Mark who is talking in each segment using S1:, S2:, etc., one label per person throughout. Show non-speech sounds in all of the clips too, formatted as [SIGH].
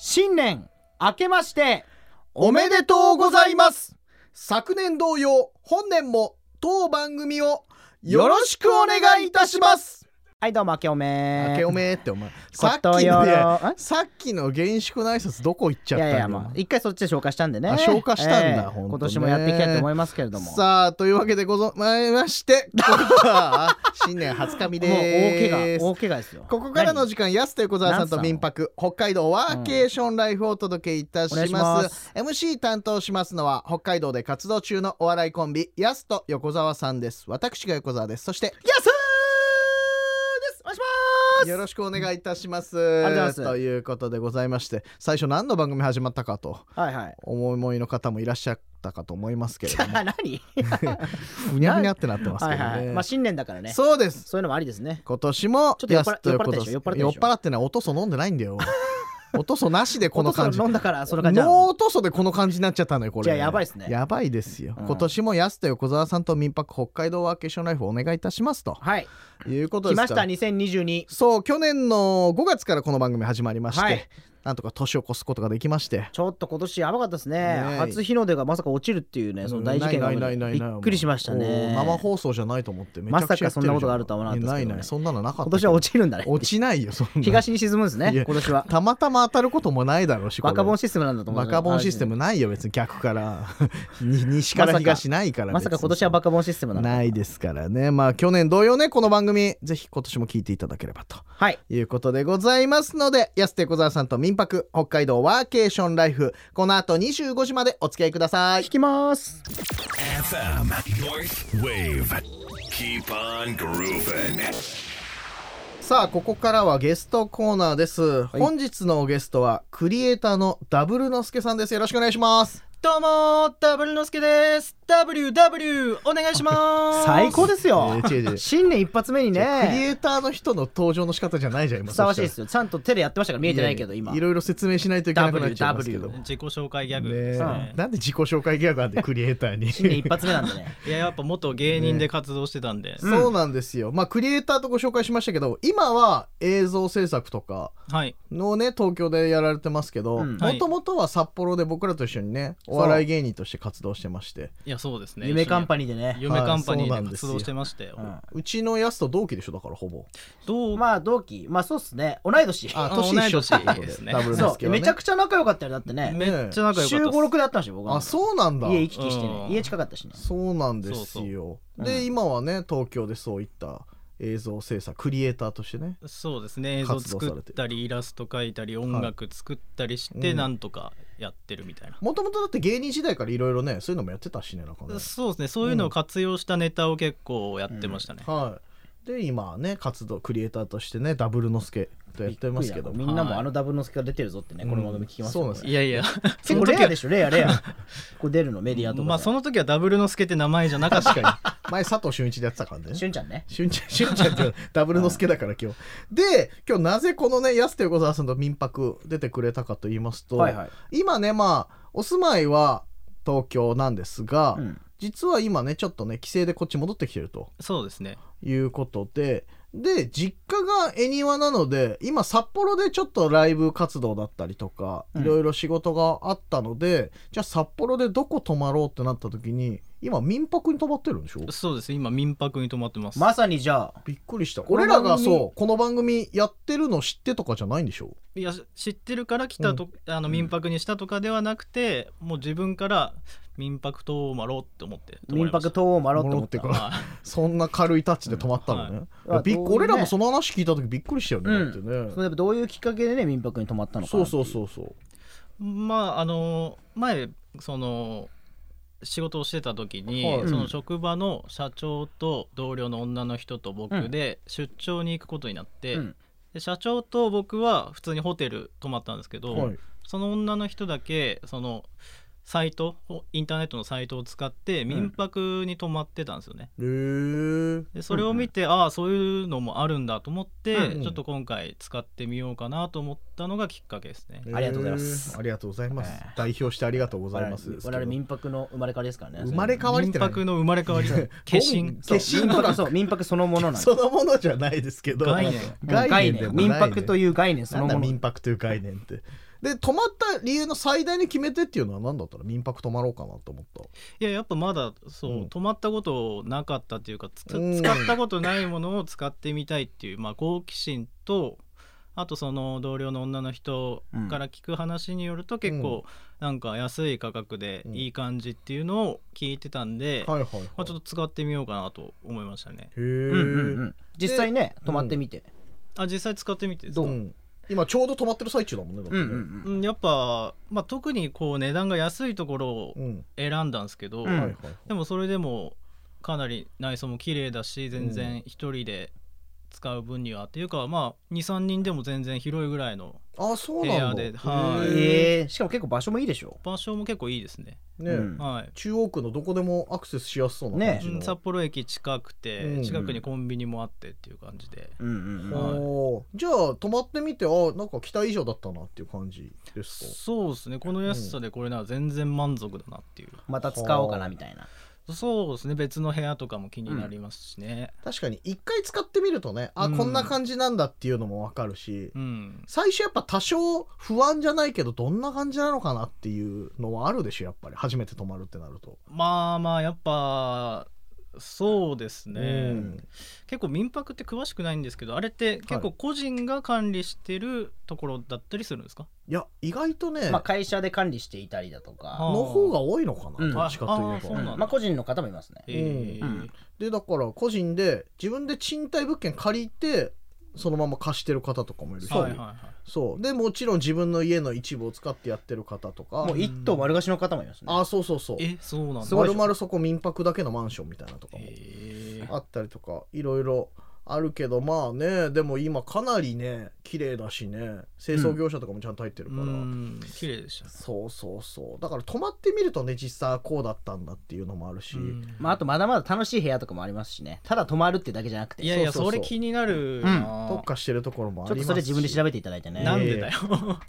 S1: 新年明けまして
S2: おめでとうございます昨年同様本年も当番組をよろしくお願いいたします
S1: はいどうも明けおめ
S2: 明けおめってお前さ
S1: こ
S2: っきの
S1: と
S2: い
S1: よろ
S2: や
S1: ん
S2: さっきの厳粛な挨拶どこ行っちゃ
S1: い
S2: った
S1: や
S2: の
S1: いやまあ一回そっちで消化したんでね
S2: あ消化したんだ
S1: ええ
S2: ほんとね
S1: 今年もやっていきたいと思いますけれども
S2: さあというわけでございましてここは新年初神
S1: もう大
S2: で
S1: 怪
S2: す
S1: 我大怪我ですよ
S2: ここからの時間、安田横澤さんと
S1: 何さん
S2: 民泊、北海道ワーケーションライフをお届けいたし
S1: お願いし
S2: ま。
S1: ます
S2: MC 担当しますのは、北海道で活動中のお笑いコンビ、安と横澤さんです。私が横澤です。そして、
S1: やすーですお願いします
S2: よろしくお願いいたします。
S1: ありがとうございます
S2: ということでございまして、最初何の番組始まったかと、
S1: はいはい
S2: お思いの方もいらっしゃったかと思いますけ
S1: [LAUGHS]
S2: れども、
S1: 何
S2: ふにゃふにゃってなってますけ
S1: は
S2: ど
S1: い
S2: ね。
S1: はいまあ新年だからねそ
S2: そうです。
S1: ういうのもありですね
S2: 今年も
S1: ちょっと酔っ払
S2: 安と横澤さん
S1: 酔っ払ったでしょ酔
S2: 酔っ
S1: っ払ったでしょ
S2: 払ってないおとそ飲んでないんだよおとそなしでこの感じ
S1: お父さん飲んだからその感じなの
S2: ノートソでこの感じになっちゃったのよこれ
S1: じゃあやばいっすね
S2: やばいですよ、
S1: うん
S2: 今年も安と横澤さんと民泊北海道ワーケーションライフお願いいたしますと
S1: はい
S2: いうことで
S1: 来
S2: すか
S1: ました2022
S2: そう去年の5月からこの番組始まりまして、
S1: はい
S2: なんとか年を越すことができまして
S1: ちょっと今年やばかったですね
S2: ねえ
S1: 初日の出がまさか落ちるっていうねその大事件が
S2: ないないないない
S1: び
S2: ない
S1: っくりしましたね
S2: もう生放送じゃないと思ってめちゃくちゃ
S1: まさかそんなことがあるとは思わなかったですけ
S2: やて
S1: どね
S2: るじゃんいやないないそんなのなかった
S1: 今年は落ちるんだね
S2: 落ちないよそんな
S1: 東に沈むんです
S2: い
S1: ね
S2: や
S1: 今年は
S2: たまたま当たることもないだろうしこれ
S1: バカボンシステムなんだと思う
S2: バカボンシステムないよ別に逆から
S1: [LAUGHS]
S2: に西から東ないから
S1: まさか今年は
S2: バ
S1: バカボンシステムなの
S2: ないですからねまあ去年同様ねこの番組ぜひ今年も聞いていただければと
S1: はい
S2: いうことでございますので安手小沢さんと民泊北海道ワーケーションライフこの後25時までお付き合いください
S1: 聞きます
S3: FM North Wave. Keep on grooving.
S2: さあここからはゲストコーナーです、
S1: い
S2: 本日のゲストはクリエイターのダブルのすけさんですよろしくお願いします
S4: どうもーダブルのすけです。WW お願いしま
S1: [LAUGHS]
S4: す。
S1: 最高ですよ
S2: えー違う違う
S1: 新年一発目に
S2: クリ
S1: ね
S2: エイターの人の登場の仕方じゃないじゃん今
S1: ふさわしいで
S2: よ
S1: すよちゃんと手でやってましたから見えてないけど今
S2: いろいろ説明しないといけなくなっちゃいますけど
S1: W
S2: ね
S4: 自己紹介ギャグ
S2: え
S4: ですね。
S2: なんで自己紹介ギャグなんでクリエイ
S1: [LAUGHS]
S2: ターに
S1: 新年一発目なん
S2: [LAUGHS]
S1: でね
S4: いややっぱ元芸人で活動してたんで、
S2: そうなんですよまあクリエイターとご紹介しましたけど今は映像制作とか
S4: はい。
S2: のね東京でやられてますけど
S1: うん
S2: もともとは札幌で僕らと一緒にねお笑い芸人として活動してまして
S4: いやそうですね。
S1: 夢カンパ
S4: ニ
S1: ニーでね
S4: 夢カンパニ
S2: はいそうな
S4: ーで
S2: んです
S4: 活
S2: よ
S4: 動してましたよ。
S2: うちのやつと同期でしょだからほぼ
S4: ど
S1: うん
S4: う
S1: まあ同期まあそうっすね同い年
S2: あ
S4: あ
S2: 年一緒ってこと
S4: 同い年ですね
S2: ダブルで
S1: そ
S2: すけ
S1: う
S2: どね
S1: めちゃくちゃ仲良かったよだってね
S4: めっちゃ仲良かったっす。
S1: 週56であったんですよ僕は
S2: あそうなんだ
S1: 家行き来してね
S4: うん
S1: 家近かったしね
S2: そうなんですよで今はね東京でそういった映像制作クリエイターとしてね
S4: そうですね。映像
S2: 活動されて
S4: 作ったりイラスト描いたり音楽作ったりし
S2: う
S4: て
S2: ん
S4: なんとかやってるみたいな。
S2: もともとだって芸人時代からいろいろねそういうのもやってたしねなんかね
S4: そうですね。そういうのを活用したネタを結構やってましたね。
S2: はいで今はね活動クリエイターとしてねダブルのすけとやってますけど
S1: びっくりだみんなもあのダブルの助が出てるぞってねこの番組聞きますよ
S2: うんそうなんです
S1: これ
S4: いやいや。
S1: 結構レアでしょレア
S2: [LAUGHS]
S1: レアここ出るのメディアとか
S4: まあそ
S1: の
S4: の時はダブルのすけって名前じゃなかった
S2: 確かに前佐藤俊一でやってたからね
S1: しゅんちゃんね
S2: 俊ちゃん俊ちゃ
S1: [LAUGHS]
S2: んっていうのダブルのすけだから今日で今日なぜこのね安手横澤さんと民泊出てくれたかと言いますと、
S1: はいはい
S2: 今ねまあお住まいは東京なんですが、
S1: うん
S2: 実は今ねちょっとね帰省でこっち戻ってきてると
S4: そうですね。
S2: いうことでで実家が恵庭なので今札幌でちょっとライブ活動だったりとか
S1: うん
S2: いろいろ仕事があったので、じゃあ札幌でどこ泊まろうってなった時に今民泊に泊まってるんでしょ
S4: そうですね。今民泊に泊まってます。
S1: まさにじゃあ
S2: びっくりした
S1: この
S2: 俺らが
S1: 番組
S2: そうこの番組やってるの知ってとかじゃないんでしょ
S4: いや知ってるから来たと、あの民泊にしたとかではなくて、もう自分から民泊泊まろうって思って泊ま
S1: 民
S4: りました
S1: 泊党を回ろうと思った
S2: 回ろうって
S4: はい
S2: そんな軽いタッチで泊まったのね、
S1: うんはい
S2: びっ
S1: あどういうね
S2: 俺らもその話聞いた時びっくりしたよね、
S1: うん
S2: だってね
S1: それでどういうきっかけでね民泊に泊まったのか
S2: そうそう
S1: う
S2: そうそう
S4: [LAUGHS] まああの前その仕事をしてた時に、
S2: はい
S4: その職場の社長と同僚の女の人と僕で出張に行くことになって、
S1: うん
S4: で社長と僕は普通にホテル泊まったんですけど、
S2: はい
S4: その女の人だけそのサイトインターネットのサイトを使って民泊に泊まってたんですよね。
S2: へー
S4: でそれを見て、ああそういうのもあるんだと思って、
S2: うん
S4: ちょっと今回使ってみようかなと思ったのがきっかけですね。
S1: ありがとうございます
S2: へーありがとうございます
S1: え。
S2: 代表してありがとうござい
S1: 我
S2: ます。
S1: 々我々民泊の生まれ変わりですからね
S2: 生まれ変わりっ
S4: 民
S2: て何
S4: 泊の生まれ変
S2: [LAUGHS]
S4: わり化身
S1: そ
S2: 化
S1: う
S2: 身
S1: 民泊そう民泊そのものなんです
S2: [LAUGHS] そのものじゃないですけど、
S4: 概念
S1: 概念
S2: でもない
S1: 民泊と
S2: ね
S1: いう概念そ
S2: な
S1: の
S2: んだ
S1: もの
S2: 民泊という概念って。で泊まった理由の最大の決め手っていうのは何だったら民泊泊まろうかなと思った
S4: いややっぱまだそう、
S2: うん
S4: 泊まったことなかったっていうかつ使
S2: うん
S4: ったことないものを使ってみたいっていう、まあ、好奇心とあとその同僚の女の人から聞く話によると結構なんか安い価格で
S2: うん
S4: いい感じっていうのを聞いてたんで、
S2: はいはい、はい
S4: まあ、ちょっと使ってみようかなと思いましたね
S2: へえ、
S1: うんうんうん、実際ね泊まってみて、
S4: あ実際使ってみてです
S1: ど
S2: う
S4: ね
S2: ん今ちょうど泊まってる最中だもんねだってね
S4: うんやっぱ、まあ、特にこう値段が安いところを
S2: うん
S4: 選んだんですけ
S1: う
S4: ど、
S1: ん
S2: はいはいはい
S4: でもそれでもかなり内装も綺麗だし全
S2: う
S4: 然一人で使う分にはっていうかまあ23人でも全然広いぐらいの
S2: あそうなんだ
S4: 部屋では
S2: へ
S4: い
S2: え
S1: えー、しかも結構場所もいいでしょ
S4: 場所も結構いいですね、
S2: ね、
S1: うん
S4: はい
S2: 中央区のどこでもアクセスしやすそうな感じ
S4: う
S2: の、
S4: ん札幌駅近く
S2: う
S4: て
S2: ん
S4: 近くにコンビニもあってっていう感じで、
S1: うんうんうん
S4: はい
S2: おーじゃあ泊まってみてあなんか期待以上だったなっていう感じですか
S4: そうですねこの安さでこれなら全然満足だなっていう、
S1: また使おうかなみたいな
S4: そうですね別の部屋とかも気になりますしね
S2: 確かに一回使ってみるとねあ、
S4: うん
S2: こんな感じなんだっていうのもわかるし、
S4: うん、
S2: 最初やっぱ多少不安じゃないけどどんな感じなのかなっていうのはあるでしょやっぱり初めて泊まるってなると、
S4: まあまあやっぱそうですね、
S2: うん
S4: 結構民泊って詳しくないんですけどあれって結構個人が管理してるところだったりするんですか、
S2: いや意外とね、
S1: まあ、会社で管理していたりだとか、
S4: あ
S2: の方が多いのかな、
S1: うん
S2: どっちかという
S4: ああそう
S2: と
S4: なんだ
S1: まあ、個人の方もいますね、
S4: えー
S1: うん
S2: でだから個人で自分で賃貸物件借りてそのまま貸してる方とかもいるし、
S4: はいはいはい
S2: そうでもちろん自分の家の一部を使ってやってる方とか
S1: もう一棟丸貸しの方もいますね
S2: あそうそうそう
S4: えそうなんだ
S1: す
S2: ま
S1: ごい
S2: るまるそこ民泊だけのマンションみたいなのとかも
S4: えー
S2: あったりとかいろいろあるけどまあねでも今かなりね綺麗だしね清掃業者とかもちゃんと入ってる
S4: う
S2: から、
S4: ん綺麗でしたね
S2: そうそうそうだから泊まってみるとね実際はこうだったんだっていうのもあるし、
S4: うん
S1: まあ、あとまだまだ楽しい部屋とかもありますしねただ泊まるってだけじゃなくて
S4: いやいや
S2: そうそう
S4: そ
S2: そう
S4: れ気になるな、
S2: 特化してるところも
S1: ち
S2: あ
S1: ょっ
S2: り
S1: と
S2: ます
S1: それ自分で調
S2: べ
S1: べていただいてね、
S4: なんでだよ、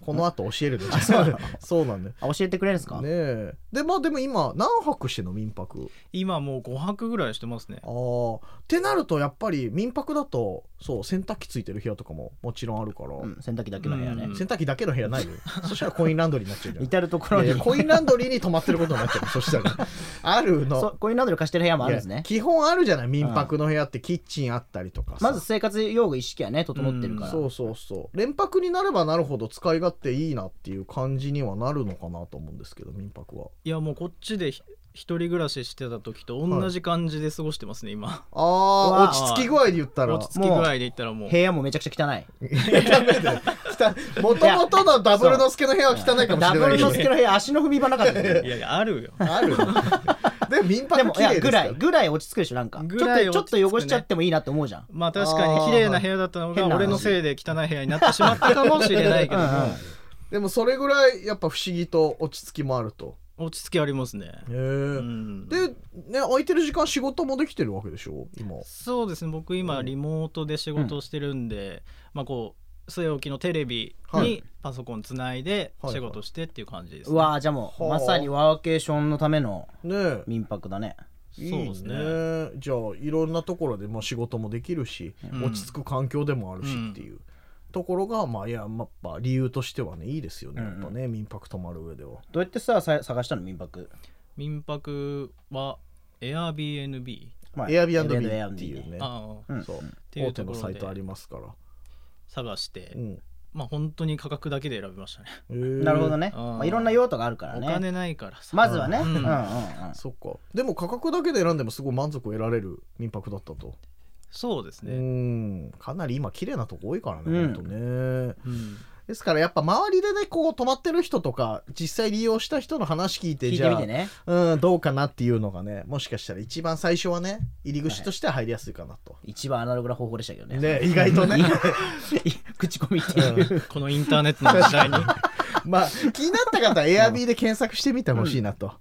S2: この後教えるね
S1: [LAUGHS]
S2: 実はそうなんだよ
S1: あ教えてくれるんですか、
S2: ねえでまあでも今何泊してんの民泊
S4: [LAUGHS] 今もう5泊ぐらいしてますね
S2: あーってなるとやっぱり民泊だとそう洗濯機ついてる部屋とかももちろんあるから、
S1: うん、洗濯機だけの部屋ね、
S4: うん
S2: 洗濯機だけの部屋ないよそしたらコインランドリーになっちゃうじゃん
S1: 至る所
S2: い
S1: に
S2: やいやコインランドリーに泊まってることになっちゃうそしたらある
S1: そう
S2: の
S1: コインランドリー貸してる部屋もあるんです
S2: いや
S1: ね
S2: 基本あるじゃない民泊の部屋ってキッチンあったりとかさ
S1: まず生活用具一式はね整ってるから、
S2: そうそうそう連泊になればなるほど使い勝手いいなっていう感じにはなるのかなと思うんですけど民泊はい
S4: やもうこっちでひ一人暮らししてた時と同じ感じで過ごしてますね今
S2: あ
S4: わ
S2: ー
S4: ー
S2: 落ち着き具合で言ったら
S4: 落ち着き具合で言ったらもう
S1: 部屋もめちゃくちゃ汚い
S2: もともとのダブルの助の部屋は汚いかも
S1: ダ
S2: しれ
S1: ブ
S2: な
S1: ル
S2: いけ
S1: の
S2: ど [LAUGHS]
S1: 助の部屋足の踏み場なかったよね
S4: いやいやあるよ
S2: あるでも民
S1: で
S2: 泊
S1: もい
S2: 綺
S1: や
S2: 麗です
S1: ぐ
S2: から
S1: いぐらい落ち着くでしょなんか
S4: ぐ
S1: ちょっ
S4: らい
S1: とちょっ
S4: 落ち着くね
S1: と汚しちゃってもいいなって思うじゃん
S4: まあ確かに綺麗な部屋だったの
S1: あー
S4: が
S1: 変な話
S4: 俺のせいで汚い部屋になってしまったかもしれないけど
S1: う
S4: も
S1: んうん
S2: でもそれぐらいやっぱ不思議と落ち着きもあると
S4: 落ち着きありますね。
S2: へえ、
S4: うん、
S2: でね空いてる時間仕事もできてるわけでしょ今
S4: そうですね僕今リモートで仕事をしてるんで、まあこう据え置きのテレビ
S2: はい
S4: にパソコンつないで
S2: はいはい
S4: 仕事してっていう感じです、
S1: うわーじゃあもう
S2: はあ
S1: まさにワーケーションのための
S2: ねえ
S1: 民泊だね
S4: そうですね
S2: いいじゃあいろんなところで、まあ、仕事もできるし、
S4: ん
S2: 落ち着く環境でもあるしっていう、ところがまあいややっぱ理由としてはねいいですよねやっぱね、民泊泊まる上では
S1: どうやってささ探したの民泊
S4: 民泊は Airbnb
S1: ま
S2: Airbnb っていうね
S4: ああ
S1: うん
S2: そう
S4: てい
S2: 大
S4: う
S2: 手
S4: とこ
S2: の
S4: ろで
S2: サイトありますから、
S4: 探して、
S2: うん
S4: まあ本当に価格だけで選びましたね
S2: へー
S1: なるほどね
S4: うん
S1: まあいろんな用途があるから
S4: お
S1: ね
S4: 金ないからさ、
S1: まずはねう
S4: うんん
S1: うんうん
S2: そっかでも価格だけで選んでもすごい満足を得られる民泊だったと、
S4: そうです
S2: う
S4: ね、
S2: んかなり今綺麗なとこ多いからね、
S1: うん
S2: ほんとね
S4: うん
S2: ですからやっぱ周りでねこう泊まってる人とか実際利用した人の話聞いて
S1: 聞い
S2: じ
S1: て
S2: ゃ
S1: み
S2: あ
S1: てね
S2: うん、どうかなっていうのがね、もしかしたら一番最初はね、入り口としては入りやすいかなと。
S1: 一番アナログな方法でしたけどね
S2: ね、意外
S1: [LAUGHS]
S2: とね。
S1: 口コミっていう
S4: このインターネットの
S1: [LAUGHS]
S4: 時代に
S2: まあ、気になった方は Airb で検索してみてほしいなと。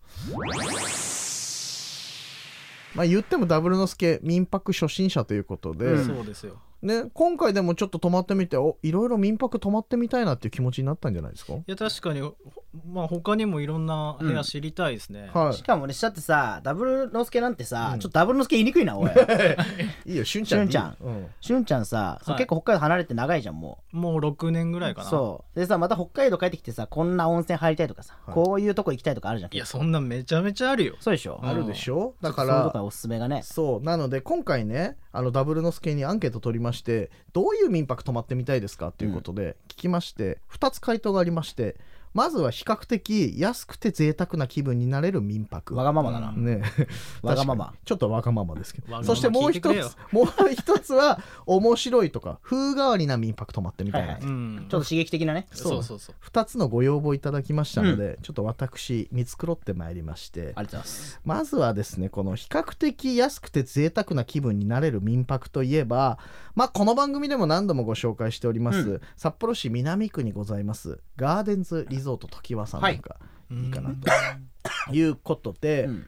S2: まあ、言ってもダブルの助民泊初心者ということで、
S1: うん
S4: そうですよ
S2: ね、今回でもちょっと泊まってみておいろいろ民泊泊まってみたいなっていう気持ちになったんじゃないですか
S4: いや確かにほまあ他にもいろんな部屋知りたいですね、
S2: は
S1: しかも俺しちゃってさダブルのすけなんてさ、
S2: うん
S1: ちょっとダブルのすけ言いにくいなおい
S2: い。いいよ、しゅんちゃんでいいよ。
S1: し
S2: う
S1: しゅんちゃんさ、そう
S4: はい
S1: 結構北海道離れて長いじゃんも
S4: もう6年ぐらいか
S1: う
S4: な
S1: そうでさまた北海道帰ってきてさこんな温泉入りたいとかさ、
S2: はい
S1: こういうとこ行きたいとかあるじゃん
S4: やそんなめちゃめちゃあるよ
S1: そうでしょ
S2: ん。あるでしょだか
S1: そういうと
S2: ら
S1: こ。はおすすめがね
S2: そうなので今回ねあのダブルの助にアンケート取りましてどういう民泊泊まってみたいですかということで聞きまして、2つ回答がありましてまずは比較的安くて贅沢な気分になれる民泊
S1: わがままだな、
S4: うん
S2: ね [LAUGHS]
S1: わがまま
S2: 確かにちょっとわがままですけ
S4: わが
S2: ど
S4: ま
S2: そ
S4: ま
S2: してもう一つ
S4: 聞いてくれよ
S2: もう一つ [LAUGHS] は面白いとか風変わりな民泊泊まってみたいな、
S1: はいは
S4: う
S1: い
S4: ん
S1: ちょっと刺激的なね
S4: そうそうそう
S2: 2つのご要望いただきましたので、ちょっと私見繕ってまいりまして
S1: ありがとうございます
S2: まずはですねこの比較的安くて贅沢な気分になれる民泊といえば、まあ、この番組でも何度もご紹介しております、
S1: う
S2: 札幌市南区にございますガーデンズリゾート常盤さんなんか、い、いかなということで、
S1: うん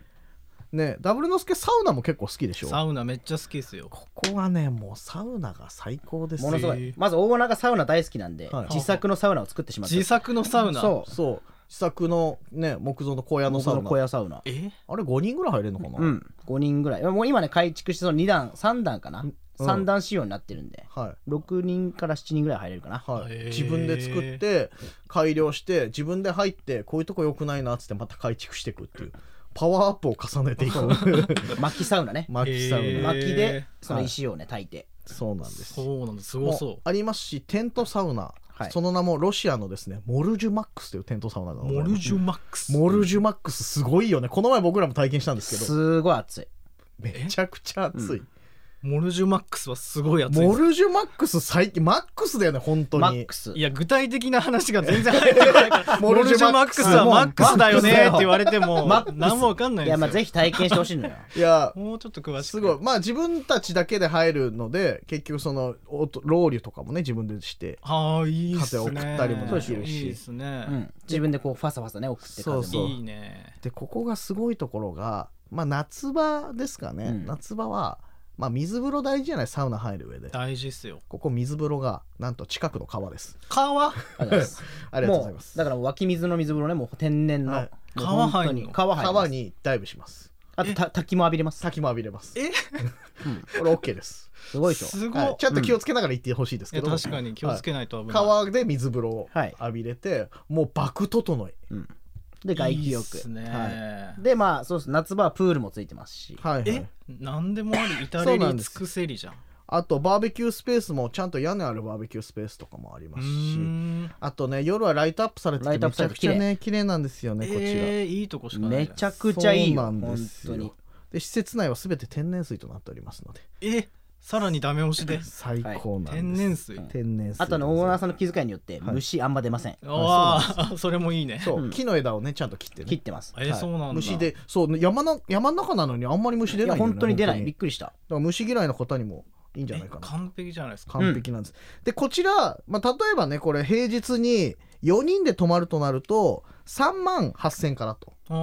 S2: ねダブルのすけサウナも結構好きでしょ
S4: [LAUGHS] サウナめっちゃ好きですよ
S2: ここはねもうサウナが最高です
S1: も
S2: よ
S1: のすごいまず大物がサウナ大好きなんで、
S2: はい
S1: 自作のサウナを作ってしまった
S4: 自作のサウナ
S1: そう
S2: そう自作のね木造の小屋の
S1: 僕
S2: サウ
S1: の
S2: ナ
S1: 小屋サウナ
S4: え
S2: あれ5人ぐらい入れるのかな、
S1: うん5人ぐらいもう今ね改築してその2段3段かな、
S2: うん
S1: 3段仕様になってるんで
S2: はい
S1: 6人から7人ぐらい入れるかな
S2: はい
S4: へー、
S2: 自分で作って改良して自分で入ってこういうとこ良くないなっつってまた改築していくっていうパワーアップを重ねていく
S4: [LAUGHS]
S1: 薪サウナね
S2: 薪サウナ、
S4: へー
S2: ま
S1: 薪でその石をね炊いて
S2: そうなんです
S4: そうなんだすご
S2: も
S4: そう
S2: ありますしテントサウナ、
S1: はい
S2: その名もロシアのですねモルジュマックスというテントサウナがござい
S4: モ
S2: ます
S4: ルジュマックス
S2: モルジュマックスすごいよねこの前僕らも体験したんですけど
S1: すごい熱い
S2: めちゃくちゃ熱い、
S4: モルジュマックスはすごいやつ
S2: モルジュマックス最近マックスだよね本当に
S1: マックス
S4: いや具体的な話が全然入ってこないからモルジュマックスはマックスだよねって言われても
S1: マックス
S4: 何もわかんな
S1: い
S4: いんで
S1: や
S4: す
S1: ま
S4: よ
S1: あぜひ体験してほしいのよ
S2: いや
S4: もうちょっと詳しく
S2: すごいまあ自分たちだけで入るので結局そのおとロウリュとかもね自分でして
S4: はあいいっすね
S2: 風送ったりも
S1: できる
S2: し
S4: いいっすね、
S1: うん自分でこうファサファサね送って風も
S2: そう
S4: いいね
S2: でここがすごいところが、まあ、夏場ですかね、
S1: うん
S2: 夏場は、まあ、水風呂大事じゃないサウナ入る上で
S4: 大事っすよ
S2: ここ水風呂がなんと近くの川です
S4: 川
S1: ありがとうございます
S2: ありがとうございま
S1: も
S2: す
S1: うだからもう湧き水の水風呂ねもう天然の、
S2: は
S1: も
S2: いう
S4: 川
S1: 本
S4: 入
S1: 当
S4: んの
S1: に川入ります
S2: 川にダイブします
S1: あとた滝も浴びれます
S2: 滝も浴びれます
S4: え
S2: これ OK です、
S1: すごいでしょ
S4: すごい
S2: はい、ちょっと気をつけながら行ってほしいです
S4: い
S2: け
S4: や
S2: ど、
S4: 確かに気をつけないと危ない、
S2: 川で水風呂を
S1: はい
S2: 浴びれて、もうバク整い、
S1: で外気浴
S4: いいっすね、
S1: はでまあそうです夏場はプールもついてますし
S2: はいはい
S4: え何でもあり至れり尽くせりじゃん
S2: あとバーベキュースペースもちゃんと屋根あるバーベキュースペースとかもあります
S4: う
S2: し
S4: ーん
S2: あとね夜はライトアップされてて
S1: ライトアッ
S2: め
S1: プ
S2: ち
S1: さ
S2: ゃ
S1: れ
S2: く
S1: て
S2: ち
S1: 綺
S2: ゃ
S1: 麗
S2: ね綺麗なんですよねこちら、
S4: えー、いいとこしかな
S1: め
S4: い
S1: ちゃくちゃいいよ
S2: そうなん
S1: 本
S2: ですよ
S1: 当に
S2: で施設内は全て天然水となっておりますので
S4: えさらにダメ押しで
S2: 最高なんです、
S4: 天然水、
S1: うん
S2: 天然水
S1: あとねオーナーさ
S2: ん
S1: んの気遣いによって
S2: はい
S1: 虫あんま出ません、
S4: ああそれもいいね
S2: そう、
S1: うん
S2: 木の枝をねちゃんと切ってね
S1: 切ってます
S4: えーそうなんだ
S2: 虫でそう山の山の中なのにあんまり虫出
S1: いや
S2: ないんだよね
S1: 本当に出ないび
S2: だ
S1: っくりした
S2: から虫嫌いの方にもいいんじゃない
S4: え
S2: かな
S4: 完璧じゃないですか
S2: 完璧なんです、でこちら、まあ、例えばねこれ平日に4人で泊まるとなると3万8000からと
S4: ああ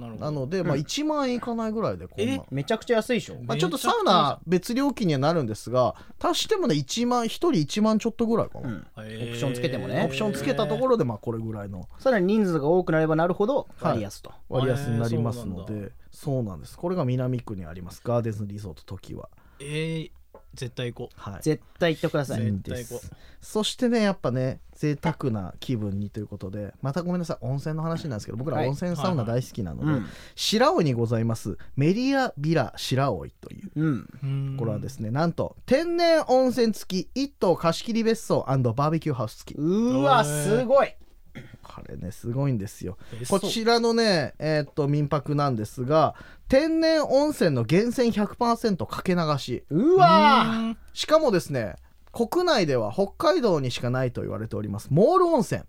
S4: なるほど
S2: なので、まあ、
S1: うん
S2: 1万円いかないぐらいでこんな
S4: え
S1: めちゃくちゃ安いでしょ
S2: まあ、ちょっとサウナ別料金にはなるんですが足してもね1万1人1万ちょっとぐらいかな、
S1: うん
S4: えー
S1: オプションつけてもね
S2: オプションつけたところでまあこれぐらいの
S1: さらに人数が多くなればなるほど
S2: はい
S1: 割安と、
S2: 割安になりますの
S4: えーそう
S2: でそうなんですこれが南区にありますガーデンズリゾート時は
S4: えー、絶対行こ
S2: はい
S1: 絶対行ってください、
S4: 対
S2: 全ですそしてねやっぱね贅沢な気分にということでまたごめんなさい温泉の話なんですけど僕ら
S1: はい
S2: 温泉サウナ大好きなので、
S1: うん
S2: 白尾にございますメリアビラ白尾という
S1: うん、
S4: ううん
S2: これはですねなんと天然温泉付き一棟貸し切り別荘バーベキューハウス付き
S1: うーわ
S4: へー
S1: すごい
S2: これねすごいんですよ
S4: 別荘
S2: こちらのねえーっと民泊なんですが天然温泉の源泉100%かけ流し
S1: う
S4: う
S1: わ
S4: ん
S2: しかもですね国内では北海道にしかないと言われておりますモール温泉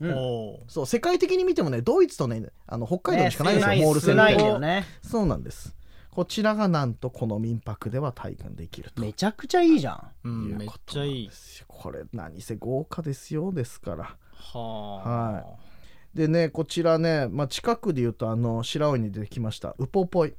S1: ー、うん
S4: おー
S2: そう世界的に見てもねドイツとねあの北海道にしかないんですよ、
S1: ね
S2: モール
S1: 少
S2: 泉
S1: ない
S2: って
S1: よね
S2: そうなんですこちらがなんとこの民泊では体験できると
S1: めちゃくちゃいいじゃん
S4: うん、めっちゃい
S2: いうことなん
S4: い
S2: ですよこれ何せ豪華ですよですから
S4: はあ
S2: はいでねこちらね、まあ、近くで言うとあの白尾に出てきましたウポポイ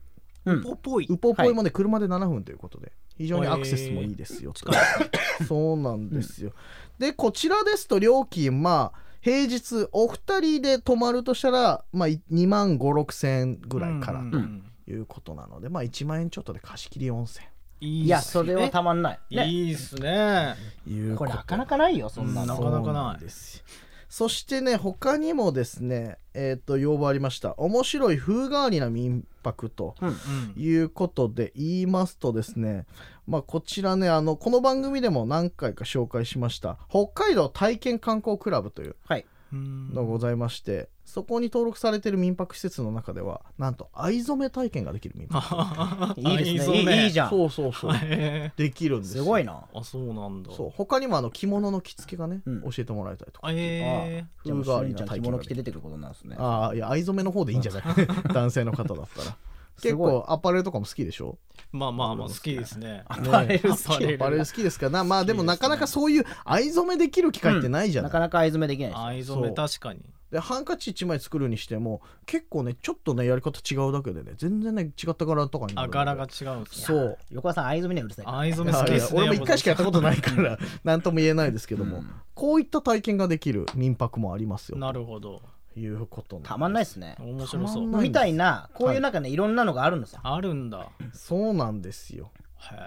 S1: うん
S4: ポポイ
S2: ウポポイもね、車で7分ということで非常にアクセスも [LAUGHS] いいですよ、
S4: 近いですね
S2: そうなんですよ、でこちらですと料金まあ平日お二人で泊まるとしたら、まあ、い2万5 6千円ぐらいから
S4: うん
S2: と
S4: うん
S2: いうことなので、まあ、1万円ちょっとで貸し切り温泉
S4: い
S1: いやそれはた
S4: ま
S1: まんない、ね、
S4: いいっすね
S2: いう
S1: これなかな
S2: か
S1: かないよそんな
S4: な
S1: の
S4: かなか
S2: そう
S4: なんい
S2: ですよそしてね他にもですねえっ、と要望ありました面白い風変わりな民泊と
S4: うん
S2: いうことで言いますとですね、まあ、こちらねあのこの番組でも何回か紹介しました北海道体験観光クラブという
S1: はい
S4: うん
S2: のがございまして、そこに登録されている民泊施設の中ではなんと藍染め体験ができる民泊
S4: あ
S1: いいです
S4: そう
S1: ねいいいいじゃん
S2: そうそ
S1: [LAUGHS]
S2: うそう
S4: [LAUGHS] へ
S2: できるんです
S1: す
S2: よ
S1: ごいな
S4: ーあそうなんだ
S2: そう他にもあの着物の着付けがね、
S1: うん
S2: 教えてもらえたりとか
S4: あえ
S1: あじゃあもう
S2: 風
S1: しゅ
S2: 変わりなん
S1: ちゃん着
S2: 体験が
S1: 物
S2: で
S1: 着
S2: き
S1: て
S2: る
S1: 出てくることなんですね
S2: ああいや藍染めの方でいいんじゃ
S1: [LAUGHS]
S2: ない男性の方だったら結構アパレルとかも好きでしょ
S4: ーまあまあまあ好きですね
S1: ア [LAUGHS] パレル好
S4: アパ
S1: き
S4: レ
S2: アパレル好きですからなまあでもなかなかそういう藍染めできる機会ってないじゃな、
S1: ないかなか藍染めできないです
S4: 藍染
S2: そう
S4: め確かに
S2: でハンカチ1枚作るにしても結構ねちょっとねやり方違うだけでね全然ね違った柄とかにな
S4: あ
S2: るんで
S4: 柄が違うんですね
S2: そう
S1: 横田さん藍染めにはうるさい
S4: 藍染め好
S2: あ
S4: き
S2: い
S4: で
S2: や
S4: すね
S2: 俺も1回しかやったことないから何とも言えないですけども、
S1: うん
S2: こういった体験ができる民泊もありますよ
S4: なるほど
S2: ということなんです
S1: たまんないですね
S4: 面白
S2: たま
S4: そ
S2: ん
S4: う
S2: ない
S1: みたいなこういうなんかねいろんなのがあるのさ
S4: あるんだ
S2: そうなんですよ
S4: へ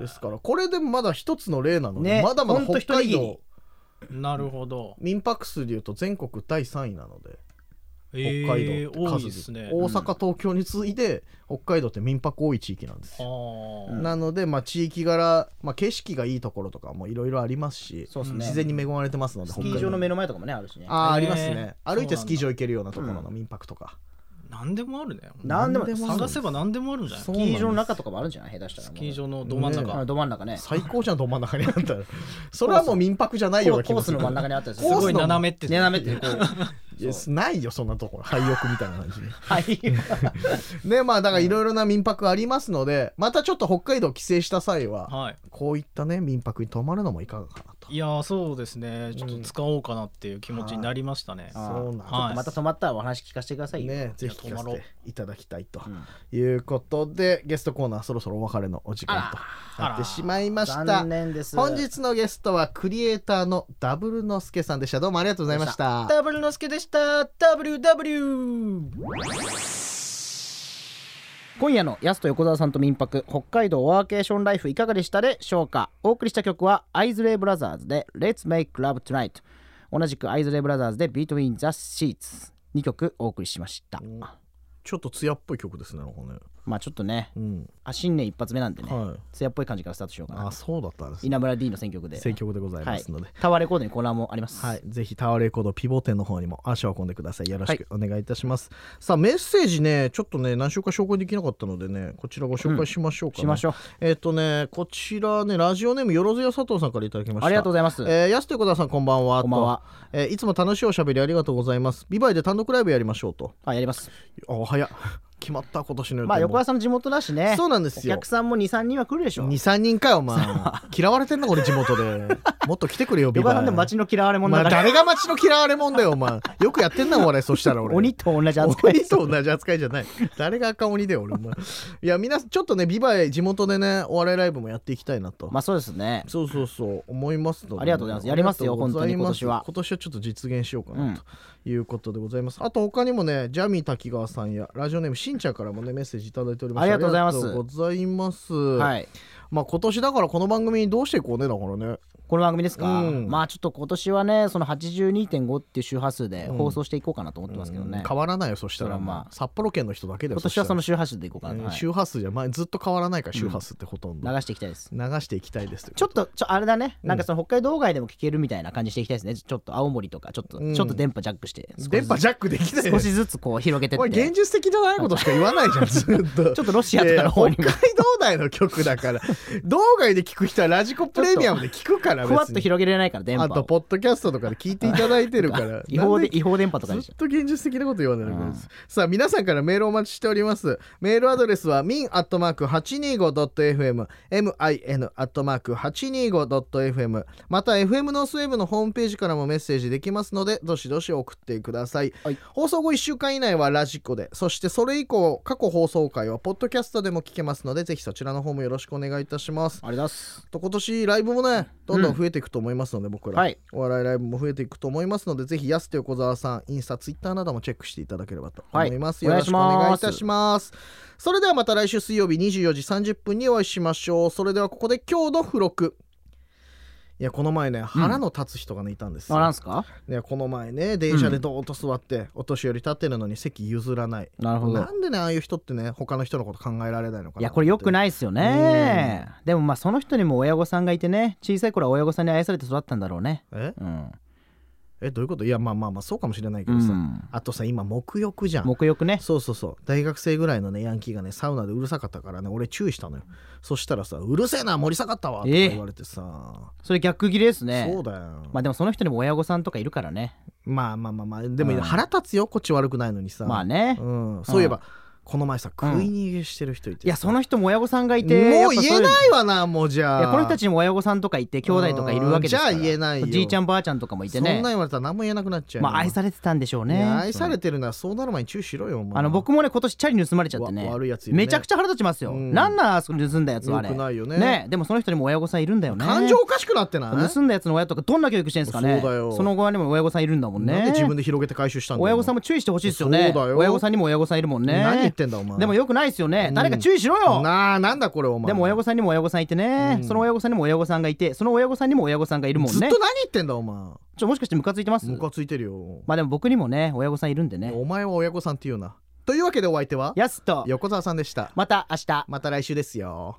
S2: ですからこれでもまだ一つの例なので、
S1: ね
S2: まだまだ
S1: ほんと
S2: 北
S1: 一握
S2: 海
S1: り
S2: 道
S4: えなるほど
S2: 民泊数でいうと全国第3位なので
S4: 北
S2: 北海道って
S4: 多
S2: 数
S4: い
S2: で、
S4: ですね
S2: 大阪東京に次いで北海道って民泊多い地域なんです
S4: あ
S2: よ
S4: ー
S2: なので、まあ、地域柄、まあ、景色がいいところとかもいろいろありますし
S1: そうですね
S2: 自然に恵まれてますので
S1: スキー場の目の前とかもねあるしね
S2: あーあります
S4: へ
S2: ね
S4: ー
S2: 歩いて
S4: そ
S2: ス
S4: うなんだ
S2: キー場行けるようなところの民泊とか
S4: 何でもあるね
S1: なんでも
S2: なんでもある
S4: 探せば何でもあるんじゃない
S2: そ
S4: ス
S2: う
S1: スキー場の中とかもあるんじゃない下手したらもう
S4: キー場のど真ん
S2: ね
S4: 中
S1: うんど真ん中ね
S2: 最高じゃんど真ん中にあっ
S1: [LAUGHS]
S2: たらそれはもう民泊じゃないよう
S1: コ
S2: な気
S1: ー
S2: も
S1: ス
S2: する
S1: の真ん中にあったりする
S2: コ
S4: す
S2: ースの
S4: ごい斜めって
S1: 斜めってこう
S2: いやないよそんなところ廃屋みたいな感じで [LAUGHS]
S1: はい
S2: ねまあだからいろいろな民泊ありますのでまたちょっと北海道帰省した際は
S4: はい
S2: こういったね民泊に泊まるのもいかがかなと
S4: いやーそうですねちょっと使おうかなっていう気持ちになりましたね
S1: あー
S2: そうなんです
S4: はい
S1: また止まったらお話聞かせてくださいよ
S2: ねぜひ
S4: い
S2: 聞
S4: や
S2: か
S4: 泊ま
S2: せ
S4: ろう
S2: ていただきたいと
S1: うん
S2: いうことでゲストコーナーそろそろお別れのお時間と
S4: あら
S2: なってしまいました
S1: 残念です
S2: 本日のゲストはクリエイターのダブルのすけさんでしたどうもありがとうございました
S1: ダブルのすけでした WW 今夜のやすと横澤さんと民泊北海道ワーケーションライフいかがでしたでしょうかお送りした曲はアイズレイブラザーズで Let's Make Love Tonight 同じくアイズレイブラザーズで Between the Sheets 2曲お送りしました
S2: ちょっと艶っぽい曲ですねなんかね
S1: まあちょっとね
S2: うん
S1: あ新年一発目なんでね、
S2: はい
S1: 艶っぽい感じからスタートしようかな
S2: あそうだったんですね
S1: 稲村 D の選曲で
S2: 選曲でござい
S1: は
S2: ま
S1: い
S2: すので、
S1: タワーレコードにコーナーもあります、
S2: はい、ぜひタワーレコードピボ店の方にも足を運んでください。よろしくお願いいたします。さあ、メッセージね、ちょっとね、何週か紹介できなかったのでね、こちらご紹介しましょうか、ね
S1: しましょう
S2: えっ、とね、こちらね、ラジオネームよろずや佐藤さんからいただきました。
S1: ありがとうご
S2: ざ
S1: ざ
S2: い
S1: います、
S2: えー、安手小田さん、こんばんは。
S1: こんばんは
S2: と。えーいつも楽しいおしゃべりありがとうございます。ビバイで単独ライブやりましょうと。
S1: あやります
S2: あ、早っ。 [LAUGHS] 決まった、今年の予定も。
S1: まあ横川さんの地元だしね
S2: そうなんですよ
S1: お客さんも23人は来るでしょ
S2: 2、3人かよ、お前。嫌われてんだ、俺、地元で。もっと来て
S1: [LAUGHS]
S2: くれよ、ビ
S1: 横
S2: バ
S1: 川
S2: イ。
S1: さんでも街の嫌われ者
S2: まあ
S1: だから、
S2: 誰が町の嫌われ者だよ、お前。よくやってんな、お笑い、そしたら
S1: [LAUGHS]
S2: 俺。
S1: 鬼と同じ扱い
S2: 鬼と同じ扱いじゃない。誰が赤鬼で俺も。いや、皆さん、ちょっとね、ビバイ地元でね、お笑いライブもやっていきたいなと。
S1: まあそうですね
S2: そうそうそう、思いますので、
S1: ありがとうございますやりますよ
S2: ありがとうご
S1: 本当
S2: ざいま
S1: に今
S2: す
S1: 年は
S2: 今年はちょっと実現しようか
S1: う
S2: なんということでございます。あと、他にもね、ジャミー滝川さんや、ラジオネームしんちゃんからもね、メッセージいただいております。
S1: ありがとうございます
S2: ありがとうございます。
S1: はい
S2: まあ、今年だからこの番組にどうしていこうね、だからね。
S1: この番組ですか、
S2: うん
S1: まあちょっと今年はねその82.5っていう周波数で
S2: ん
S1: 放送していこうかなと思ってますけどね、
S2: 変わらないよ、そしたら、
S1: それはまあ
S2: まあ、札幌県の人だけで
S1: 今年はその
S2: し
S1: 周波数でいこう
S2: た、
S1: からな、
S2: うん
S1: はい
S2: 周波数じゃ前ずっと変わらないから、周波数ってほとんど。
S1: 流していきたいです
S2: 流していきたいですという
S1: ちょっとちょあれだね
S2: ん
S1: なんかその北海道外でも聞けるみたいな感じしていきたいですねちょっと青森とかちょっと、
S2: うん
S1: ちょっと電波ジャックして
S2: 電波ジ
S1: ャ
S2: ャックできない
S1: 少しずつこう広げて
S2: お
S1: っ
S2: い現
S1: て
S2: 実的じゃないことしか言わないじゃんずっ
S1: [LAUGHS]
S2: と
S1: ちょっとロシアとかの方に
S2: い
S1: も
S2: や北海道内の曲だから道外で聞く人はラジコプレミアムで聞くから
S1: ふわっ
S2: 別
S1: と
S2: に
S1: 広げられないから電波を
S2: あとポッドキャストとかで聞いていただいてるから
S1: [LAUGHS] 違法
S2: なん
S1: で違法電波とかでし
S2: [LAUGHS] ず
S1: ょ
S2: っと現実的なこと言わないでください。さあ、皆さんからメールをお待ちしております。メールアドレスは min.825.fm、min.825.fm、また FM ノースウェブのホームページからもメッセージできますので、どしどし送ってください。
S1: はい
S2: 放送後1週間以内はラジコで、そしてそれ以降、過去放送回はポッドキャストでも聞けますので、ぜひそちらの方もよろしくお願いいたしますたします
S1: あります
S2: と今年ライブもねどんどん増えていくと思いますので、僕ら、
S1: はい
S2: お笑いライブも増えていくと思いますのでぜひ安手横澤さんインスタツイッターなどもチェックしていただければと思います、
S1: はい
S2: よろしくお
S1: お願
S2: 願
S1: いします
S2: いいたしますそれではまた来週水曜日24時30分にお会いしましょうそれではここで今日の付録いやこの前ね腹の立つ人がねいたんですよ、
S1: あなんすか
S2: ね、この前ね電車でどーっと座って、お年寄り立ってるのに席譲らない
S1: なるほど
S2: なんでねああいう人ってね他の人のこと考えられないのかない
S1: やこれ良く
S2: い
S1: ないっすよねでもまあその人にも親御さんがいてね小さい頃は親御さんに愛されて育ったんだろうね
S2: え
S1: うん、
S2: えどういうこといやまあまあまあそうかもしれないけ
S1: う
S2: どさ、
S1: ん、
S2: あとさ今沐浴じゃん
S1: 目欲ね
S2: そうそうそう大学生ぐらいのねヤンキーがねサウナでうるさかったからね俺注意したのよそしたらさ「うるせえな盛り下がったわ」とか
S1: ええ
S2: 言われてさ、
S1: それ逆切れですね
S2: そうだよ、
S1: まあでもその人にも親御さんとかいるからね
S2: まあまあまあまあでも
S1: うん
S2: 腹立つよこっち悪くないのにさ
S1: まあね、
S2: うん、そういえば、
S1: う
S2: この前さ食い逃げしてる人いてさ、
S1: いやその人も親御さんがいて
S2: も
S1: や
S2: う言え
S1: っぱそう
S2: ないわなもうじゃ
S1: い
S2: あ
S1: やこの人たちにも親御さんとかいて兄弟とかいるわけですから
S2: うんじゃあ言えないよ
S1: じいちゃんばあちゃんとかもいてね
S2: そんなん言われたら何も言えなくなっちゃうよ
S1: まあ愛されてたんでしょう
S2: い
S1: ね
S2: や愛されてるならそうなる前に注意しろよお前
S1: あの僕もね今年チャリ盗まれちゃってね
S2: わ悪いやついるね
S1: めちゃくちゃ腹立ちますよ、
S2: うん
S1: なんなんあそこ盗んだやつはあれ
S2: 良くないよね
S1: でもその人にも親御さんいるんだよね
S2: 感情おかしくなってない
S1: 盗んだやつの親とかどんな教育してんですかね
S2: そうだよ
S1: の後にも親御さんいるんだもんね
S2: なんで自分で広げて回収したんだよ
S1: 親御さん
S2: も
S1: も注意してほしいですよね
S2: そうだよ
S1: 親御さんにも親御さんいるもんね
S2: 何言ってんだお前
S1: でもよくないですよね、誰か注意しろよ
S2: なあなんだこれお前
S1: でも親御さんにも親御さんいてね、その親御さんにも親御さんがいてその親御さんにも親御さんがいるもん
S2: ずっ
S1: ね
S2: と何言ってんだお前
S1: ちょもしかしてムカついてます
S2: ムカついてるよ
S1: まあでも僕にもね親御さんいるんでね
S2: お前は親御さんって言うなというわけでお相手は
S1: やすと
S2: 横澤さんでした
S1: また明日
S2: また来週ですよ